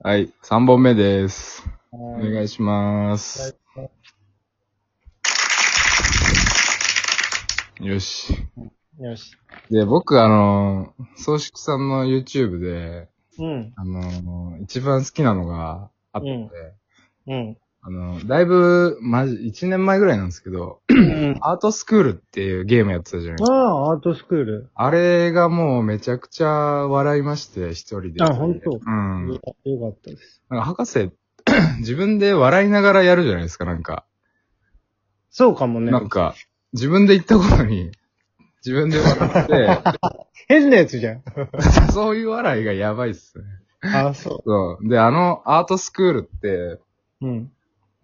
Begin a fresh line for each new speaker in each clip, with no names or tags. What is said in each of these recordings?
はい、3本目です。お
は
願いします。よし。
い。よし。
で、僕、あの、宗宿さんの YouTube で、
うん。
あの、一番好きなのがあって、
うんうん。
あの、だいぶ、まじ、1年前ぐらいなんですけど、
うん。
アートスクールっていうゲームやってたじゃないですか。
ああ、アートスクール。
あれがもうめちゃくちゃ笑いまして、一人で。
あ本当
うん。
よかったです。
なんか博士、 自分で笑いながらやるじゃないですか、なんか。
そうかもね
な。んか、自分で言ったことに、自分で笑っ
変なやつ じゃん。
て、そういう笑いがやばいっすね。
あそ
そう。で、あの、アートスクールって、
う。うん。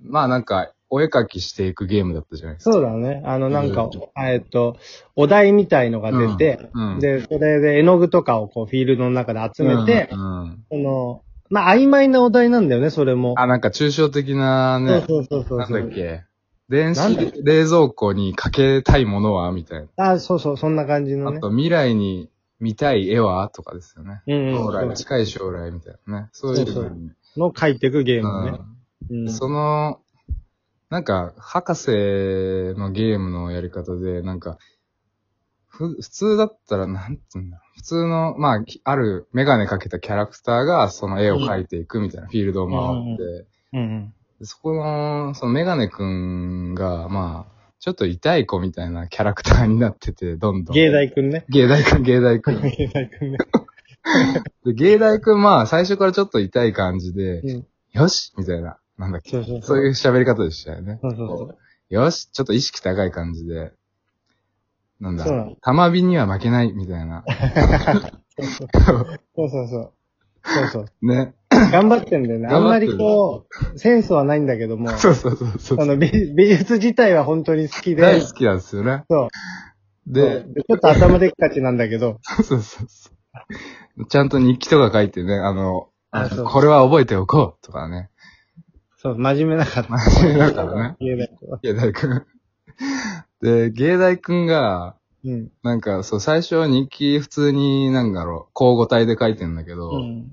まあなんか、お絵描きしていくゲームだったじゃないですか。
そうだね。あの、なんか、
うん
えっと、お題みたいのが出て、
うんうん
で、それで絵の具とかをこう、フィールドの中で集めて、
うんうん
その、まあ、曖昧なお題なんだよね、それも。
あ、なんか抽象的なね、
そうそうそうそう。
なんだっけ。電
なんだっ
子冷蔵庫にかけたいものはみたいな。
あ、そうそう、そんな感じの
あ
ね。
と、未来に見たい絵はとかですよね。
うん
将
う
来、
ん。
近い将来みたいなね。そういう
そうそう
のに
の書いていくゲームね。
う
うんん。
その、なんか、博士のゲームのやり方で、なんか、ふ、普通だったら、なんつうんだろう普通の、まあ、きあるメガネかけたキャラクターが、その絵を描いていくみたいな、フィールドを回って、
うん
でそこの、そのメガネくんが、まあ、ちょっと痛い子みたいなキャラクターになってて、どん
う
どん。
ん。芸大くんね。
芸大くん、芸大くん。
芸大くんね。
で、芸大くん、まあ、最初からちょっと痛い感じで、
うん
よしみたいな、なんだっけ。
そうそうそ。
そうういう喋り方でしたよね。
そうそうそう。
よし、ちょっと意識高い感じで、なんだ
そうなの、
玉火には負けない、みたいな。
そうそうそう。そうそう。
ね。
頑張ってんだよね。あんまり
頑張
こう、センスはないんだけども、
そうそうそうそう
あの美美術自体は本当に好きで
大、好きなんですよね。
そう。
で、
ちょっと頭でっかちなんだけど、
そうそうそうそう。ちゃんと日記とか書いてね、あの、あ
あそう
これは覚えておこうとかね。
そう、真面目なかった。
真面目だからね。
言えないけど
芸大くん。で、芸大くんが、
うん。
なんか、そう、最初は日記普通に、なんだろう、交互体で書いてんだけど、
うん。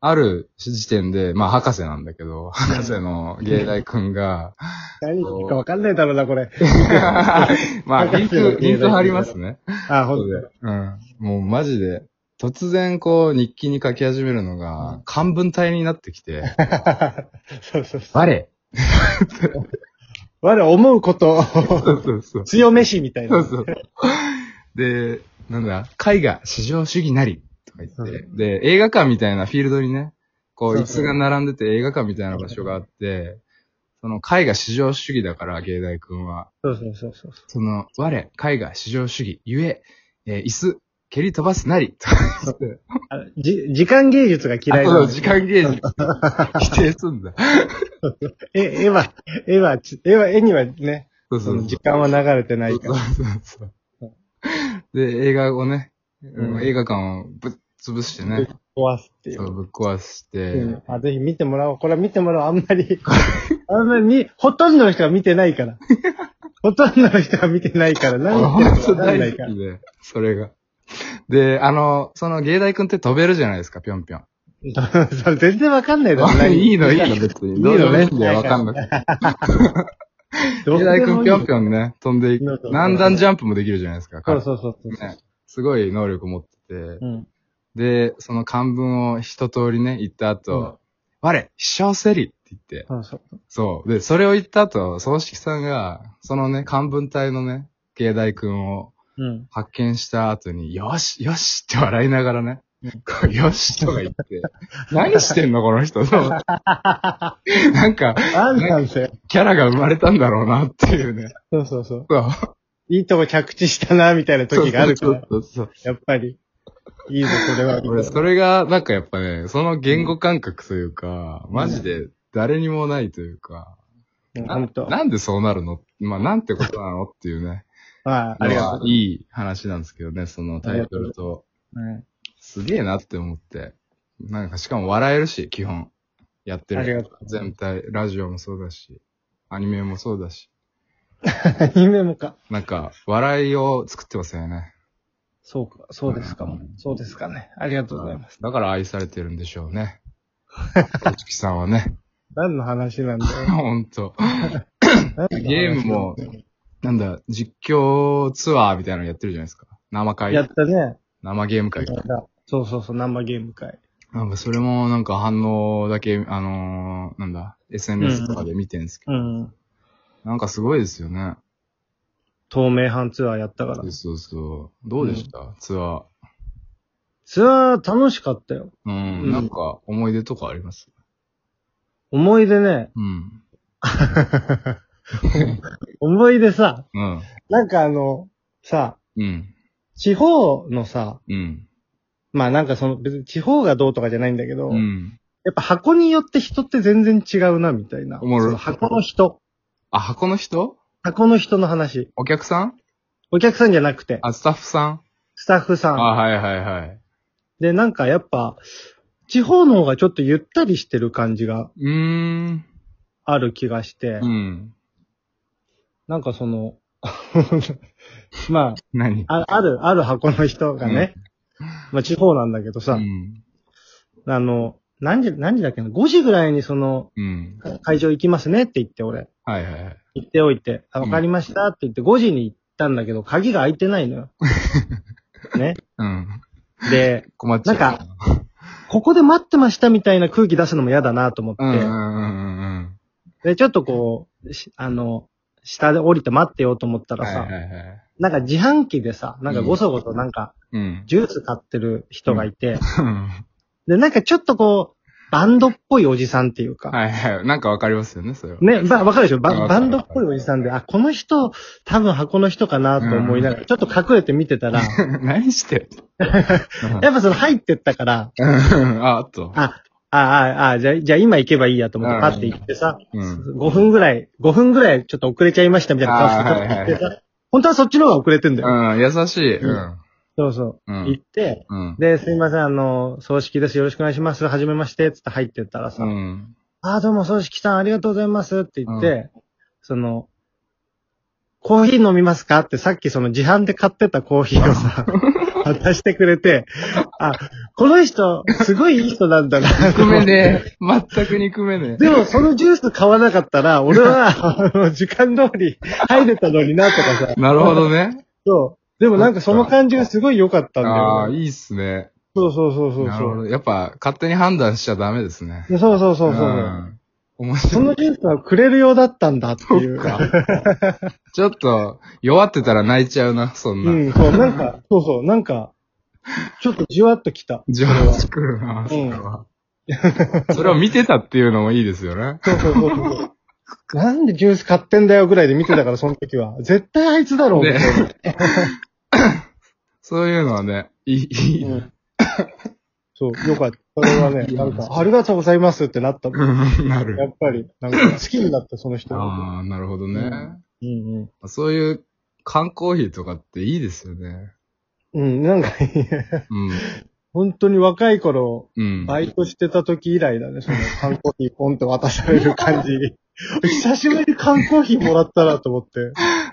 ある時点で、まあ、博士なんだけど、博士の芸大くんが、
何言ってかわかんないだろうな、これ。
まあ、リンク、リンク貼りますね。
あ、ほんと だ。
うん。もうマジで、突然こう日記に書き始めるの
う
が
ん、
漢文体になってき て、
そうそうそう。
我
我思 うこと、
そうそうそう。
強めしみたい
そう
な。
そう。で、なんだ、絵画、至上主義なり、とか言って、で、映画館みたいなフィールドにね、こう
そう
椅
そ
子
う
が並んでて映画館みたいな場所があって、その絵画至上主義だから、芸大君は。
そうそうそうそう。
その、我、絵画、至上主義、ゆえ、えー椅子、蹴り飛ばすな り、とか言って、
あのじ時間芸術が嫌いな
あ
の
そう。時間ゲー ジ。否定すんだ。
え、絵は、絵は、ち絵は、絵にはね、
そう
そ
そう
の時間は流れてないから。
そうそうそう。で、映画をね、
うん
映画館をぶっ潰してね、
壊すってい
そう
う。
ぶっ壊して、
うんあぜひ見てもらおう。これは見てもらおう。あん まり、あんまりみ、ほとんどの人が見てないから。ほとんどの人が見てないから、
俺
何言って
本
るか
当
分かんない
大
か
好
ら
き。で、それが。で、あの、その芸大くんって飛べるじゃないですか、ぴょんぴょん。
それ全然わかんないだろ、何。
いいの、いいの、別に。
いいの
どうでもいいんだ
はい
よ、
は
わ
い
かんなくて。
どう
芸
で
大く
も
ん
いい
ぴょんぴょんね、飛んでいく
そうそう。
何段ジャンプもできるじゃないですか、
そ
彼
うそうそうそう。
ね。すごい能力持ってて。
うん。
で、その漢文を一通りね、言った後、我、飛翔せりって言って、
そうそう。
そう。で、それを言った後、葬式さんが、そのね、漢文体のね、芸大君を
うん。
発見した後に、よし、よしって笑いながらね、こうよしとか言 って、何してんのこの人。そうなんか、
あんなんせ。
キャラが生まれたんだろうなっていうね。
そうそうそう。
そう。
いいとこ着地したな、みたいな時があるか
そう
ら。
そうそう
やっぱり。いいぞ、これは。
俺、それが、なんかやっぱね、その言語感覚というか、マジで誰にもないというか、
うん
な
本当。
なんでそうなるのまあ、なんてことなのっていうね。
まあ、ありがとう
まあ。いい話なんですけどね、そのタイトルと。
うん
すげえなって思って。なんか、しかも笑えるし、基本。やってる。
ありがとう
全体、ラジオもそうだし、アニメもそうだし。
アニメもか。
なんか、笑いを作ってますよね。
そうか、そうですかも。そうですかね。ありがとうございます。
だから愛されてるんでしょうね。おつきさんはね。
何の話なんだよ。
ほんと。ゲームも
何の話なんだ
なん
よ
だ、実況ツアーみたいなのやってるじゃないですか。生会
やっ。たね。
生ゲーム会。
そうそうそう、生ゲーム会。
なんかそれもなんか反応だけ、あのー、なんだ、SNS とかで見てるんですけど、
うん。
なんかすごいですよね。
透明版ツアーやったから
そう。そうそう。どうでした、ツアー。
ツアー楽しかったよ。
うん、
うん
なんか思い出とかあります
思い出 ね。
うん。
思い出さ、
うん。
なんかあの、さ、
うん。
地方のさ、
うん。
まあなんかその、別に地方がどうとかじゃないんだけど、
うん。
やっぱ箱によって人って全然違うな、みたいな。
おもろい
その箱の人。
あ、箱の人
箱の人の話。
お客さん
お客さんじゃなくて、
あ、スタッフさん
スタッフさ
あ、
ん。
はいはいはい。
で、なんかやっぱ、地方の方がちょっとゆったりしてる感じが
うーん。
ある気がして、
うん。
なんかその、 ま
何
あ、あある、ある箱の人がね、まあ地方なんだけど
う
さ、
ん。
あの、何時、何時だっけな、5時ぐらいにその、
うん。
会場行きますねって言って俺、
はいはいはい。
行っておいて、あ、
うん
わかりましたって言って5時に行ったんだけど、鍵が開いてな いのよ。ね。
うん。
で、
困っちゃう。
なんか、ここで待ってましたみたいな空気出すのも嫌だなと思って、
うんうんうんうんうん。
で、ちょっとこう、しあの、下で降りて待ってようと思ったら
はい
さ、
はいはい。
なんか自販機でさ、なんかごそごそなんか
うん。
ジュース買ってる人がいて、
は
で、なんかちょっとこう、バンドっぽいおじさんっていうか、
いはい。なんかわかりますよね、それは。
ね、ば、わかるでしょ
わか
バ
るわか
バ
る
ンドっぽいおじさんで、あ、この人、多分箱の人かなと思いながら、ちょっと隠れて見てたら、
何して
やっぱその入ってったから、
うん あ、あと。
あ、あ、あ、あ、じゃあ、じゃあ今行けばいいやと思って、
うん
パッて行ってさ、
うん。
5分ぐらい、5分ぐらいちょっと遅れちゃいましたみたいな顔して、
あ
ち
ー
ょっ
はいはいは
と行
い
ってさ、本当はそっちの方が遅れてんだよ。
うん、優しい。うん。
そうそうう。
ん
行って、
うん。
で、すいません、あの、葬式です。よろしくお願いします。はじめまして。つって入ってったらさ、
うん。
ああ、どうも葬式さんありがとうございますって言って、その、コーヒー飲みますかってさっきその自販で買ってたコーヒー をさ、渡してくれて、あ、この人、すごいいい人なんだな。
憎めねえ。全く憎めねえ。
でも、そのジュース買わなかったら、俺は、あの、時間通り入れたのにな、とかさ。
なるほどね。
そう。でもなんかその感じがすごい良かったんだ
ああ、
よ、ね。
いいっすね。
そうそうそうそう
なる
そ
ほ
う。
ど。やっぱ、勝手に判断しちゃダメですね。
そうそうそうそう。
ん。面
そ
白い。
のジュースはくれるようだったんだってい
そっ
う。
か。ちょっと、弱ってたら泣いちゃうな、そんな。
うん、そう、なん か、そうそう、なんか、ちょっとじわっときた。
ジョージくるな、それは。それを見てたっていうのもいいですよね。
そうそうそう そう。なんでジュース買ってんだよぐらいで見てたから、その時は。絶対あいつだろう、
ね
みたいな
そういうのはね、いい、いい。
うんそう、よかった。それはね、なんか、ありがとうございますってなったもん。
なる。
やっぱり、なんか、好きになった、その人の
ああ、なるほど
う
ね
ん。うん
そういう缶コーヒーとかっていいですよね。
うん。うん、なんか、いや
うん。
本当に若い頃、
うん。
バイトしてた時以来だね、その缶コーヒーポンって渡される感じ。 久しぶりに缶コーヒーもらったなと 思って。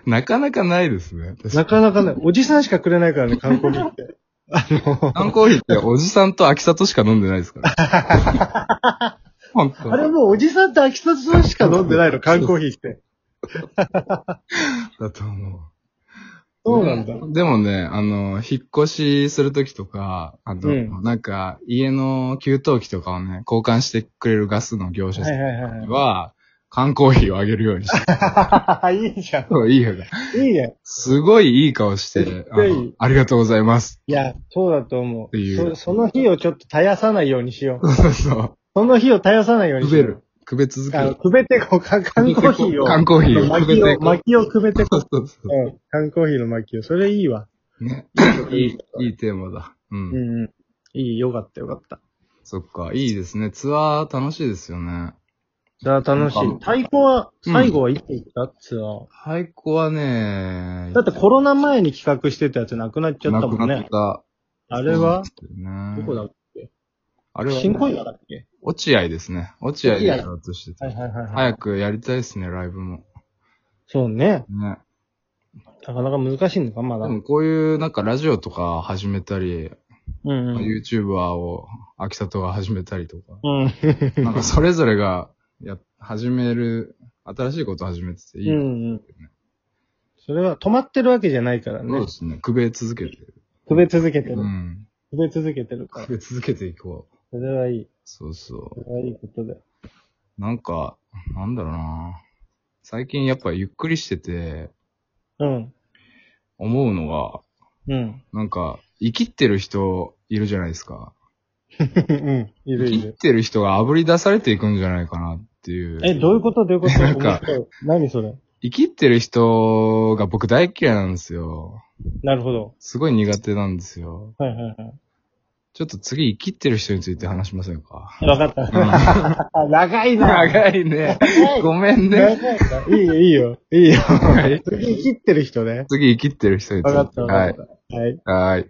なかなかないですね。確かに
なかなかね、おじさんしかくれないからね、缶コーヒー って。あの、
缶コーヒーっておじさんと秋里しか飲んでないですから。 本
あれ
当
もうおじさんと秋里さんしか飲んでないの、缶コーヒーって。
だと思う。
そうなんだ。
でもね、あの、引っ越しするときとか、あと、
うん
なんか、家の給湯器とかをね、交換してくれるガスの業者
は
さ
い
ん
はいはいは
は、缶コーヒーをあげるようにして。
い。いいじゃ
そういいよね。
ん。いいね。
すごいいい顔して、あの
いい
ありがとうございます。
いや、そうだと思
っていう
う。そその日をちょっと絶やさないようにしよ う。
そうそうそう。
その日を絶やさないように
く
しよ
べ
う。
る。くべ続け
あの、
る。
くべてこう、か缶コーヒーを。
缶コーヒーをくべ
薪
て
を、
こう。
薪をくべてこ
そうそうそう
う。うん。缶コーヒーの薪を。それいいわ。
ね。いい、いいテーマだ。う。
うんんうん。いい、よかったよかった。
そっか、いいですね。ツアー楽しいですよね。
さあ楽し
なん
い。太鼓は、最後はいつ行ったツアー。
太鼓はね、
だってコロナ前に企画してたやつなくなっちゃったもん
なくなっ
ね。
た。
あれは、
ど
どこだっけ
あれは、
新小岩だっけ
落合ですね。落合でやろうとしてて。
はいはいはい、はい。
早くやりたいですね、ライブも。
そうね。
ね。
なかなか難しいのか、ま
で
だ。
もこういう、なんかラジオとか始めたり、
うん
まあ
うん。
YouTuber を秋里が始めたりとか、
うん。
なんかそれぞれが、や、始める、新しいことを始めてていい。
うんうん。それは止まってるわけじゃないから
そう
ね
で。すね。くべ続けてる。
くべ続けてる
う。ん。
くべ続けてるから
く。べ続けていこう。
それはいい。
そうそ
それはいいことだよ。
う。なんか、なんだろうな最近やっぱゆっくりしてて、
うん。
思うのが、
うん。
なんか、生きってる人いるじゃないですか。
うん。いる
生
い
きっ
る。
てる人が炙り出されていくんじゃないかなっていう。
え、どういうことどういうこと
なんか
面白い何それ
生きってる人が僕大嫌いなんですよ。
なるほど。
すごい苦手なんですよ。
はいはいは
ちょっと次生きってる人について話しません か。
い。わかった。長いな。
長いね。ごめん
長
ね。
いな。いいよ、いいよ。いいよ。
はい
次切ってる人ね。
次生きってる人について。
わかったわかった
は
はい。
い。はい。